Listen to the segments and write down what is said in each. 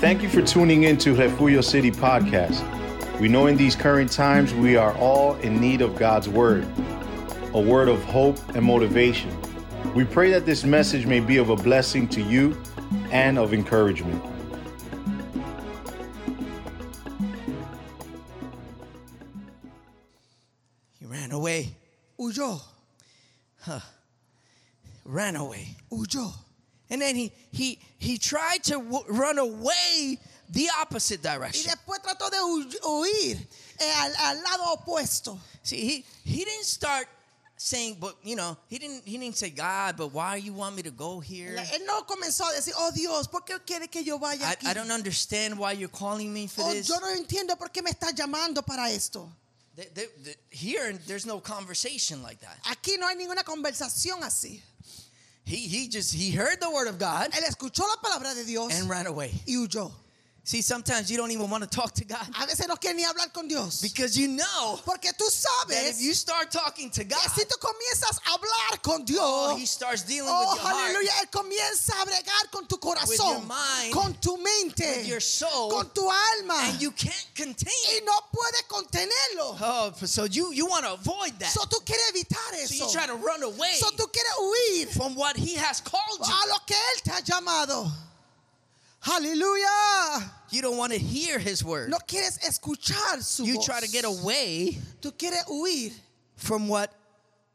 Thank you for tuning in to Refugio City Podcast. We know in these current times we are all in need of God's word, a word of hope and motivation. We pray that this message may be of a blessing to you and of encouragement. He ran away, huyó. Huh. Ran away, huyó. And then he he he tried to w- run away the opposite Y direction. después trató de hu- huir eh, al, al lado opuesto. See, he he didn't start saying, but you know, he didn't he didn't say, God, but why you want me to go here? La- Él no comenzó a decir, oh Dios, ¿por qué quiere que yo vaya I, aquí? I don't understand why you're calling me for Oh, this. yo no entiendo por qué me estás llamando para esto. Th- th- th- Here, there's no conversation like that. Aquí no hay ninguna conversación así. He he just he heard the word of God Él escuchó la palabra de Dios and ran away. y huyó. See, sometimes you don't even want to talk to God A veces no quiere ni hablar con Dios. because you know Porque tú that if sabes you start talking to God, que si tú comienzas a hablar con oh, he Dios, starts dealing oh, with your heart. aleluya, Él comienza a bregar con tu corazón, mind, con tu mente, with your soul, con tu alma. and you can't contain y it. no puede contenerlo. Oh, so you you want to avoid that. So tú quieres evitar So eso. you try to run away So tú quieres huir from what he has called you. a lo que él te ha llamado. Aleluya. You don't want to hear his word. No quieres escuchar su You voz. try to get away Tú quieres huir from what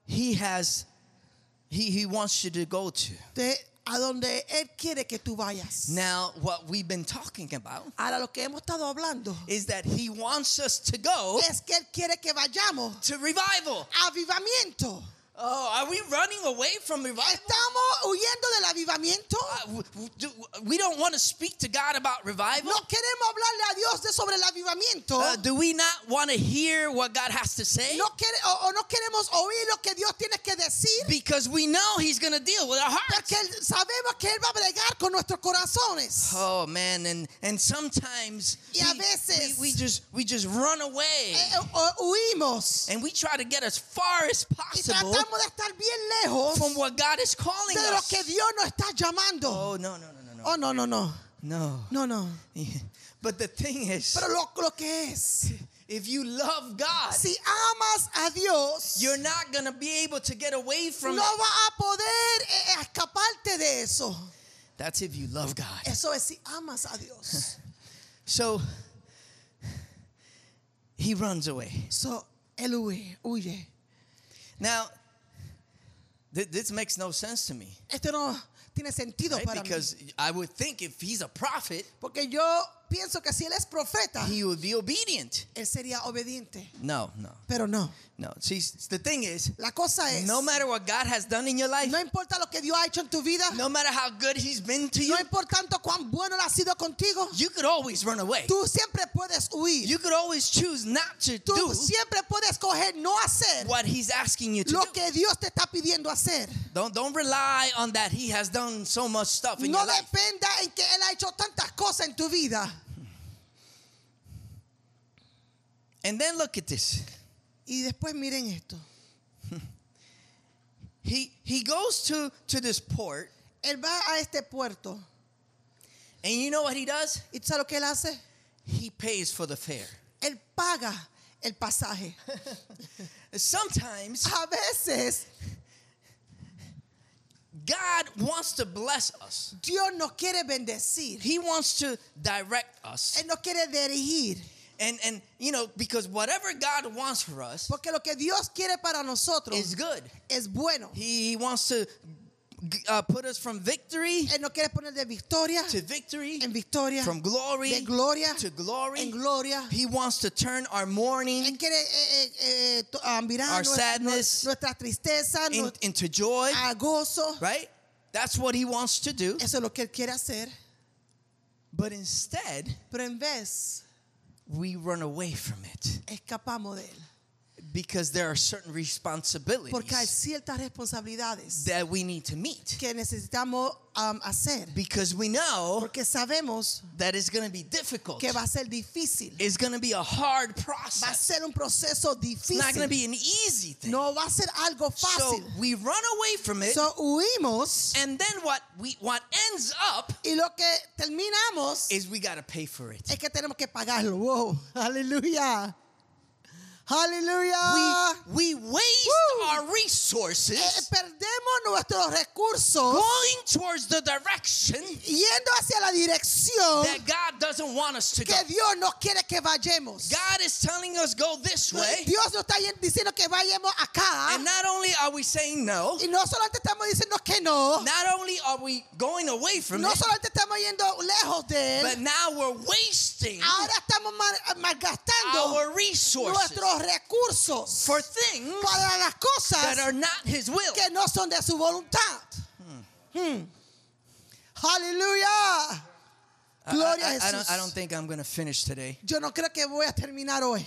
he has he he wants you to go to. de a donde él quiere que tú vayas. Now, what we've been talking about Ahora lo que hemos estado hablando is that he wants us to go es que él quiere que vayamos to revival. a avivamiento. Oh, are we running away from revival? Estamos huyendo del avivamiento. Uh, w- w- do- we don't want to speak to God about revival. No queremos hablarle a Dios de sobre el avivamiento. Uh, do we not want to hear what God has to say? no quiere, o, o no queremos oír lo que Dios tiene que decir Because we know He's going to deal with our hearts. porque él- sabemos que Él va a bregar con nuestros corazones. Oh man, and and sometimes Y a veces- we, we just we just run away Eh, eh, o- huimos and we try to get as far as y possible tratamos de estar bien lejos from what God is calling de lo us. que Dios nos está llamando. Oh no no no no Oh, no, no, no, no no, no. no. But the thing is, Pero lo, lo que es, if you love God, si amas a Dios, you're not gonna be able to get away from. no it. vas a poder eh, eh, escaparte de eso. That's if you love God. Eso es si amas a Dios. So he runs away. So, él huye, huye. Now, th- this makes no sense to me. Esto no tiene sentido right? para mí. Because I would think if he's a prophet, Porque yo pienso que si él es profeta, he would be obedient. él sería obediente. No, no, Pero no. no. See, s- the thing is, La cosa es, no matter what God has done in your life, no importa lo que Dios ha hecho en tu vida, no matter how good he's been to you, no importa tanto cuán bueno él ha sido contigo, you could always run away. tú siempre puedes huir. You could always choose not to tú do siempre puedes escoger no hacer what he's asking you to lo do. que Dios te está pidiendo hacer. Don't don't rely on that he has done so much stuff in No your life. dependa en que él ha hecho tantas cosas en tu vida. And then look at this. Y después miren esto. He he goes to to this port, Él va a este puerto. and you know what he does? ¿Y tú sabes lo que él hace? He pays for the fare. Él paga el pasaje. Sometimes A veces God wants to bless us. Dios nos quiere bendecir. He wants to direct us. Él nos quiere dirigir. And and you know, because whatever God wants for us Porque lo que Dios quiere para nosotros is good. es bueno. He, he wants to g- uh, put us from victory Él nos quiere poner de victoria to victory, en victoria. from glory de gloria to glory. en gloria. He wants to turn our mourning Él quiere eh, eh, eh, to- ah, mirar Our nuestra, sadness nuestra tristeza, in- nuestro into joy, Ah. gozo. right? That's what he wants to do. Eso es lo que Él quiere hacer. But instead, Pero en vez, we run away from it. escapamos de Él. because there are certain porque hay responsibilities ciertas responsabilidades that we need to meet. que necesitamos um, hacer. Because we know Porque sabemos that it's going to be difficult. que va a ser difícil. It's going to be a hard Va a process. ser un proceso It's not going to difícil. be an easy thing. No va a ser algo So fácil. we run away from it, So huimos and then what we what ends up y lo que terminamos is we got to pay for it. es que tenemos que pagarlo. Wow. Aleluya. Aleluya. We waste Woo! our Eh, resources perdemos nuestros recursos going towards the direction yendo hacia la dirección that God doesn't want us to go. Oh. que Dios no quiere que vayamos. Eh, God is telling us go this way, Dios nos está diciendo que vayamos acá. pues. and not only are we saying no, Y no solamente estamos diciendo que no, not only are we going away from no it, solamente estamos yendo lejos de but Él, now we're wasting ahora estamos mal- malgastando our resources nuestros recursos for things para las that cosas are not His will. que no son de su voluntad. Hmm. Aleluya. Gloria I, a I- I don't, I don't Jesús. think I'm going to finish today. Yo no creo que voy a terminar hoy.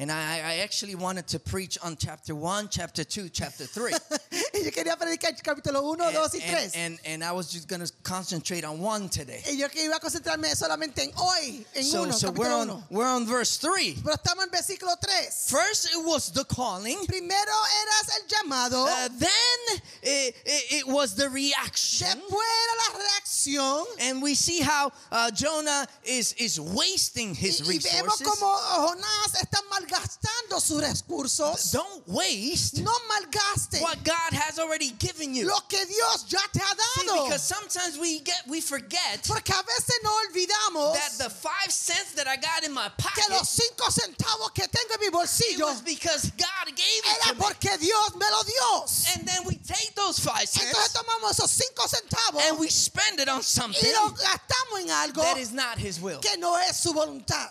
And I, I actually wanted to preach on chapter 1, chapter 2, chapter 3. Y yo quería predicar el capítulo 1, 2 y and, 3. and, and I was just going to concentrate on 1 today. Y yo que iba a concentrarme solamente en hoy, en So, uno, so we're, capítulo on, uno. we're on verse 3. Pero estamos en versículo 3. First, it was the calling. Primero eras el llamado, Uh, then it, it, it was the reaction. después era la reacción. And we see how uh, Jonah is, is wasting his Y, y vemos resources. como Jonás está malgastando sus recursos. Don't waste No malgaste what God has already given you. lo que Dios ya te ha See, dado. because sometimes we get we forget Porque a veces no olvidamos that the five cents that I got in my que pocket los cinco centavos que tengo en mi it bolsillo was because God gave it to era me. porque Dios me lo dio. And then we take those five Entonces cents tomamos esos cinco centavos and we spend it on something y lo gastamos en algo that is not His will. que no es su voluntad.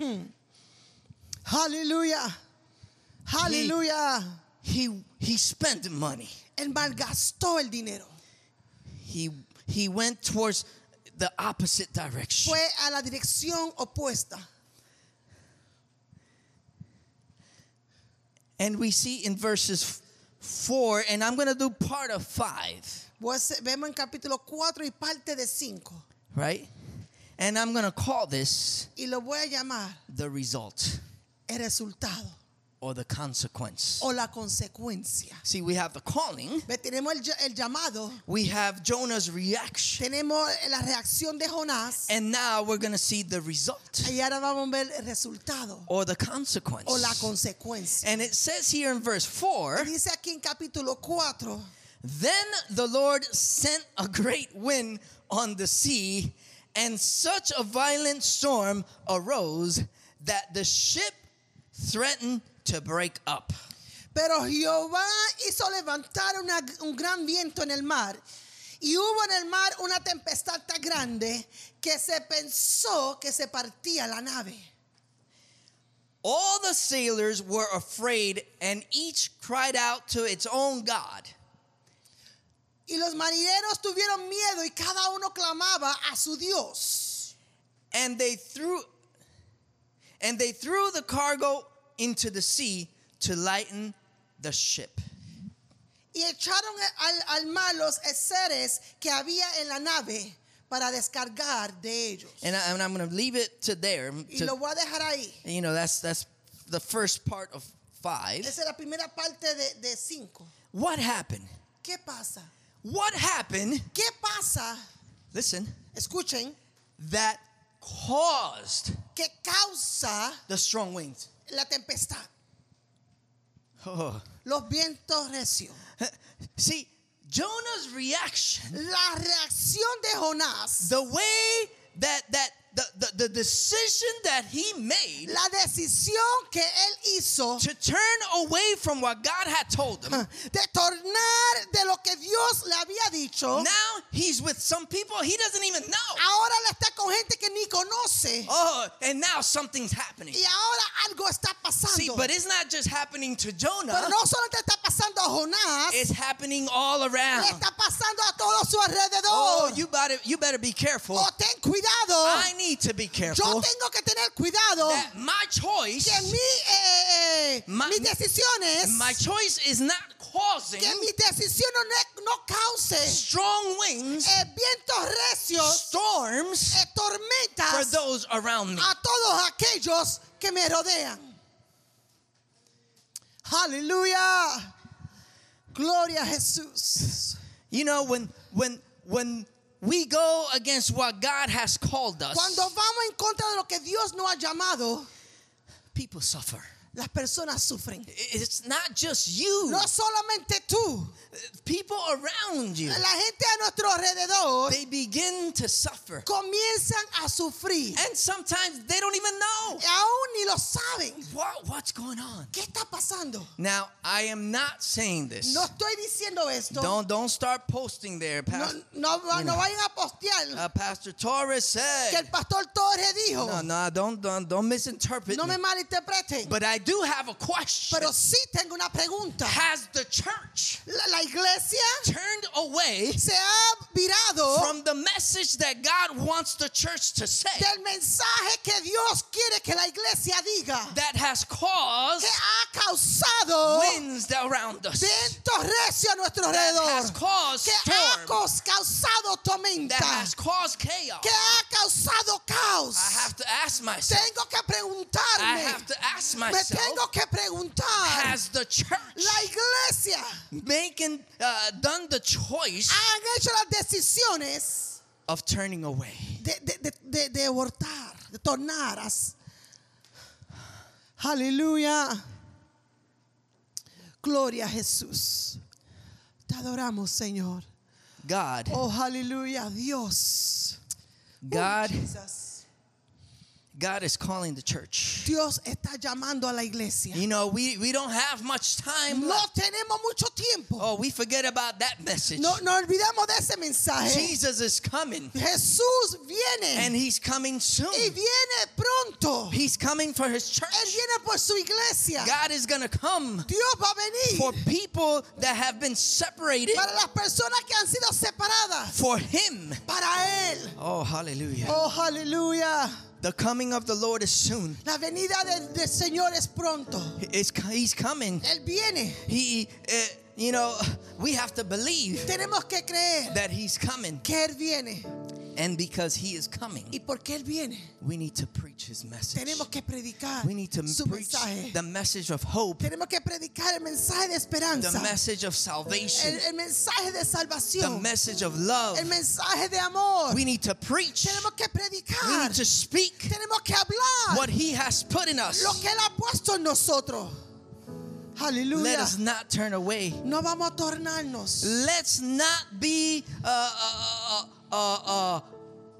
Hmm. Aleluya. Aleluya. He he spent money. Él malgastó el dinero. He he went towards the opposite direction. Fue a la dirección opuesta. And we see in verses four, and I'm gonna do part of five, Pues, vemos en capítulo 4 y parte de 5. right? And I'm gonna call this Y lo voy a llamar the result el resultado or the consequence. o la consecuencia. See, we have the calling, Ve, Tenemos el, ll- el llamado, we have Jonah's reaction, tenemos la reacción de Jonás and now we're gonna see the result y ahora vamos a ver el resultado or the consequence. o la consecuencia. And it says here in verse 4 Dice aquí en capítulo 4. Then the Lord sent a great wind on the sea, and such a violent storm arose that the ship threatened to break up. Pero Jehová hizo levantar una- un gran viento en el mar. Y hubo en el mar una tempestad tan grande que se pensó que se partía la nave. All the sailors were afraid, and each cried out to its own God. Y los marineros tuvieron miedo y cada uno clamaba a su Dios. and they threw and they threw the cargo into the sea to lighten the ship Y echaron al, al mar los seres que había en la nave para descargar de ellos. and, I, am going to leave it to there Y to- lo voy a dejar ahí. you know that's that's the first part of five Esa es la primera parte de, de cinco. what happened ¿Qué pasa? what happened ¿Qué pasa? listen Escuchen. that caused que causa the strong winds la tempestad, oh. los vientos recios. see jonah's reaction La reacción de Jonás, the way that that the, the, the decision that he made la decisión que él hizo to turn away from what God had told him. de tornar de lo que Dios le había dicho, Now he's with some people he doesn't even know. ahora le está con gente que ni conoce Oh, and now something's happening. y ahora algo está See, pasando. but it's not just happening to Jonah, Pero no solo te está pasando a Jonás, it's happening all le around. está pasando a todo su Oh, alrededor. Oh. you better you better be careful. O ten cuidado, I need to be Yo careful tengo que tener cuidado that my choice, que mi, eh, eh, My- mis decisiones, my choice is not causing que mis decisiones no, no cause strong winds, eh, vientos recios, storms eh, for tormentas those around me. a todos aquellos que me rodean. Aleluya. Gloria a Jesús. You know, when when when we go against what God has called us, Cuando vamos en contra de lo que Dios nos ha llamado, people suffer. las personas sufren. It's not just you. No solamente tú, People around you, la gente a nuestro alrededor they begin to suffer. comienzan a sufrir. And sometimes they don't even know Aún ni lo saben. what, what's going on. ¿Qué está pasando? Now, I am not saying this. No estoy diciendo esto. Don't don't start posting there, no, Pastor. no, you no know. vayan a postear Uh, Pastor Torres que el said. pastor Torres dijo. No, no, don't don't don't misinterpret No me. me malinterpreten. But I do have a question. Pero sí tengo una pregunta. Has the church La, la iglesia turned away se ha virado from the message that God wants the church to say del mensaje que Dios quiere que la iglesia diga. that has Que caused ha causado winds around us, vientos recios a nuestro that has alrededor. caused Que ha storm, cos- causado that tormenta. has caused chaos. Que ha causado caos. I have to ask myself. Tengo que I preguntarme. have to ask Me myself. tengo que preguntar. Has the church La iglesia making uh, done the choice han hecho las decisiones of turning away? de, de, de, de, de abortar, de tornar. as- Aleluya. Gloria a Jesús. Te adoramos, Señor. God, Oh, aleluya, Dios. God, Oh, Jesus. God is calling the church. Dios está llamando a la iglesia. You know, we we don't have much time No left. tenemos mucho tiempo. Oh, we forget about that message. No, no olvidemos de ese mensaje. Jesus is coming, Jesús and viene He's coming y soon. viene pronto. He's coming for His Él church. viene por su iglesia. God is gonna come Dios va a venir. for people that have been separated para las personas que han sido separadas for Him. para él. Oh, hallelujah! Oh, aleluya. The coming of the Lord is soon. La venida de- del Señor es pronto. It's, he's coming. Él viene. He, uh, you know, we have to believe Tenemos que creer that He's coming, que Él viene. and because He is coming, Y porque Él viene, we need to preach His message. tenemos que predicar We need to su preach mensaje. the message of hope, Tenemos que predicar el mensaje de the esperanza. message of salvation, El, el mensaje de the salvación. message of love. El mensaje de amor. We need to preach. Tenemos que We predicar. need to speak Tenemos que hablar what He has put in lo us. que Él ha puesto en nosotros. Let Aleluya. us not turn away. No vamos a tornarnos. Let's not be uh, uh, uh, uh, uh,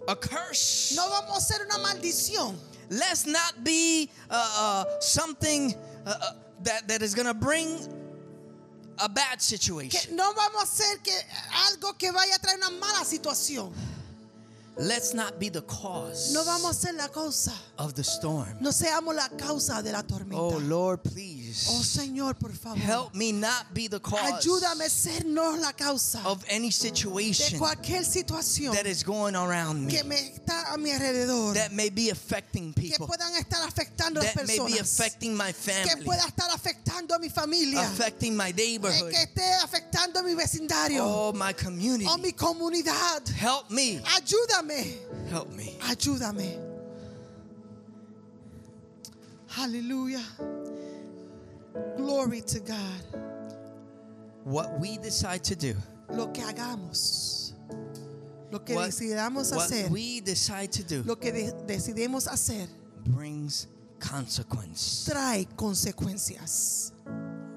a curse. No vamos a ser una maldición. Let's not be uh, uh, something uh, uh, that, that is going to bring a bad Que situation. no vamos a ser que algo que vaya a traer una mala situación. Let's not be the cause No vamos a ser la causa. of the storm. No seamos la causa de la Oh, tormenta. Lord, Oh please Señor, por favor. help me not be the cause Ayúdame a ser no la causa of any de situation cualquier situación that is going around me que me está a mi alrededor. that may be affecting Que people, puedan estar afectando a las that may be personas. affecting my Que family, pueda estar afectando a mi familia. affecting my Eh, neighborhood, Que esté afectando a mi vecindario. oh, my community. O mi comunidad. Help me, Ayúdame. help me. Ayúdame. Aleluya. Glory to God. What we decide to do. Lo que hagamos, lo que what- decidamos what hacer, we decide to do lo que de- decidimos hacer brings consequence. trae consecuencias.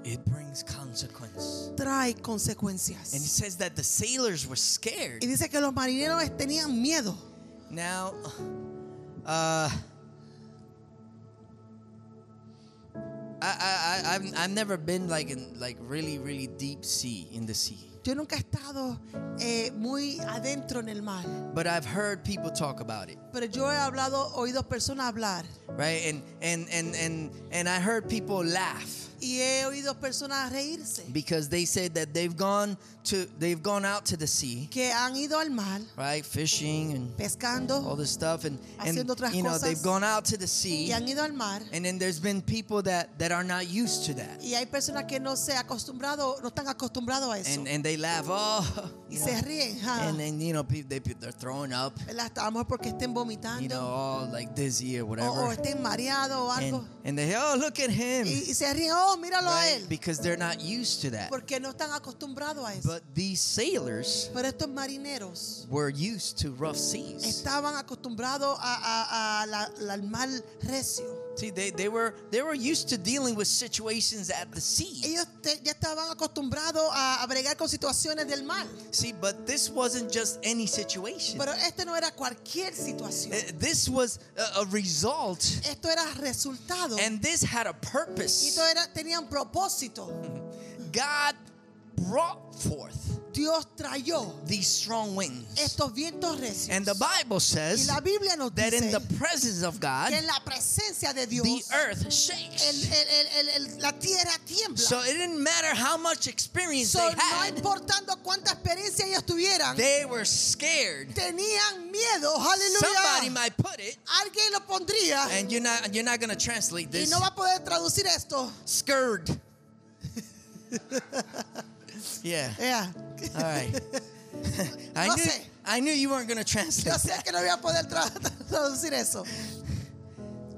It brings consequence. Trae And it consecuencias. says that the sailors were scared. Y dice que los marineros tenían miedo. Now, uh, I, I, I, I've, I've never been like in like really, really deep sea in the sea, Yo nunca he estado eh, muy adentro en el mar, but I've heard people talk about it, pero yo he hablado, oído personas hablar right? And and and and and I heard people laugh Y he oído personas reírse because they said that they've gone to they've gone out to the sea, que han ido al mar right, fishing and all pescando this stuff, and, and Haciendo otras you know cosas. they've gone out to the sea, y han ido al mar. and then there's been people that that are not used to that, Y hay personas que no se acostumbrado, no están acostumbrados a eso. and and they laugh, oh, Y you se know, ríen, ja. and then you know pe- they pe- they're throwing up, ¿verdad? A lo mejor porque estén you know, vomitando all like dizzy or o, o whatever, estén mareados o and algo. and they oh look at him, Oh, Y, y se ríen, oh, míralo a right, él. because they're not used to that. Porque no están acostumbrados a eso. But these sailors Pero estos marineros were used to rough seas. estaban acostumbrados a, a- a la- la- al mar recio. See, they, they were they were used to dealing with situations at the sea. Ellos te- ya estaban acostumbrados a, a bregar con situaciones del mar. See, but this wasn't just any situation. Pero este no era cualquier situación. Uh, This was a, a result, Esto era resultado. and this had a Y purpose. esto era, tenía un propósito. God brought forth Dios trayó these strong winds, estos vientos recios. and the Bible y says la Biblia nos that in dice the presence of God, que en la presencia de Dios the earth el- shakes. el- el- el- el- la tierra tiembla. So it didn't matter how much experience So, they no had; importando cuánta experiencia ellos tuvieran, they were scared. tenían miedo. Somebody Aleluya. might put it, Alguien lo pondría and you're not you're not gonna translate y this. no va a poder traducir esto. Scared. yeah. Yeah. All right. I No knew sé. I knew you weren't gonna translate. Yo sé that. que no voy a poder tra- traducir eso.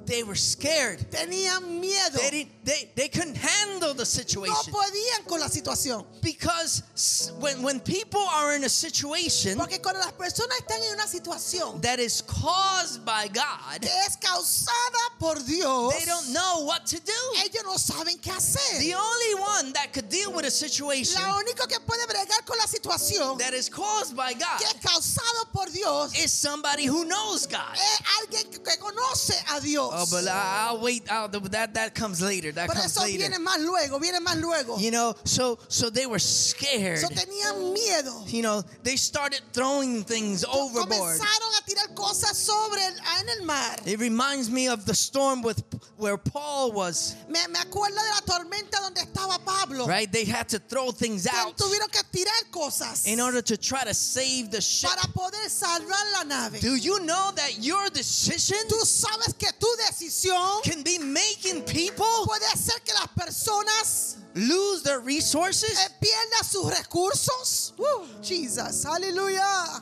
They were scared. Tenían miedo. They didn't. They they couldn't handle the No situation podían con la situación. because s- when when people are in a situation Porque cuando las personas están en una situación that is caused by God, que es causada por Dios, they don't know what to do. ellos no saben qué The hacer. only one that could deal with a situation La único que puede bregar con la situación that is caused by God que es causado por Dios is somebody who knows God. es alguien que- que conoce a Dios. Oh, but I, I'll wait. I'll, that that comes later. That Pero comes eso later. viene más luego, viene más luego. You know, so so they were scared. Eso Mm. tenían miedo. You know, they started throwing things overboard. Comenzaron a tirar cosas sobre el, ah, en el mar. It reminds me of the storm with where Paul was. Me, me acuerdo de la tormenta donde estaba Pablo. Right, they had to throw things que out tuvieron que tirar cosas in order to try to save the ship. para poder salvar la nave. Do you know that your decision Tú sabes que tu decisión can be making people puede hacer que las personas lose their eh, resources? pierdan sus recursos. Uh, Jesus, aleluya.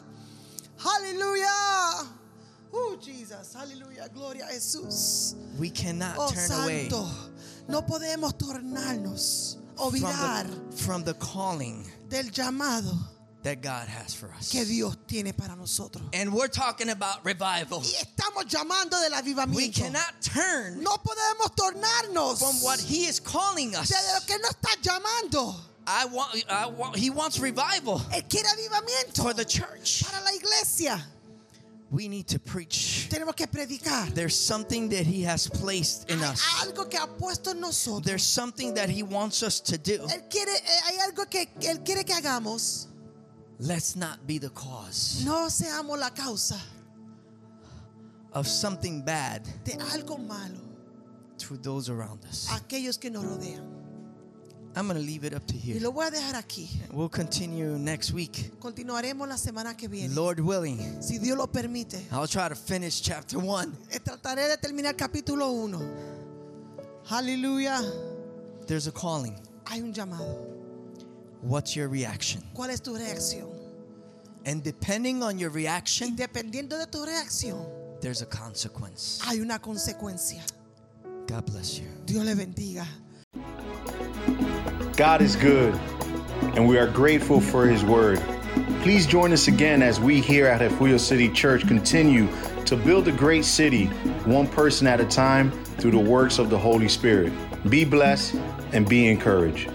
Aleluya. Uh, Jesus, aleluya. Gloria a Jesús. We cannot Oh, turn away santo. No podemos tornarnos, from olvidar the, from the calling del llamado that God has for us. que Dios tiene para nosotros. And we're talking about revival. Y estamos llamando del We avivamiento. cannot turn No podemos tornarnos from what de He is calling us. lo que no está llamando. I want, I want, He wants revival Él quiere avivamiento for the church. para la iglesia. We need to preach. Tenemos que predicar. There's something that He has placed in Hay us. algo que ha puesto en nosotros. There's something that He wants us to do. Él quiere, eh, hay algo que que él quiere que hagamos. Let's not be the cause No seamos la causa of something bad de algo malo to those around us. a aquellos que nos rodean. I'm going to leave it up to Y here. lo voy a dejar aquí. We'll continue next week. Continuaremos la semana que viene. Lord willing, Si Dios lo permite. I'll try to finish chapter one. Eh, Trataré de terminar capítulo 1. Aleluya. There's a calling. Hay un llamado. What's your reaction? ¿Cuál es tu reacción? And depending on your reaction, Dependiendo de tu reacción, there's a consequence. hay una consecuencia. God bless you. Dios le bendiga. God is good, and we are grateful for His word. Please join us again as we here at Jefuyo City Church continue to build a great city, one person at a time, through the works of the Holy Spirit. Be blessed and be encouraged.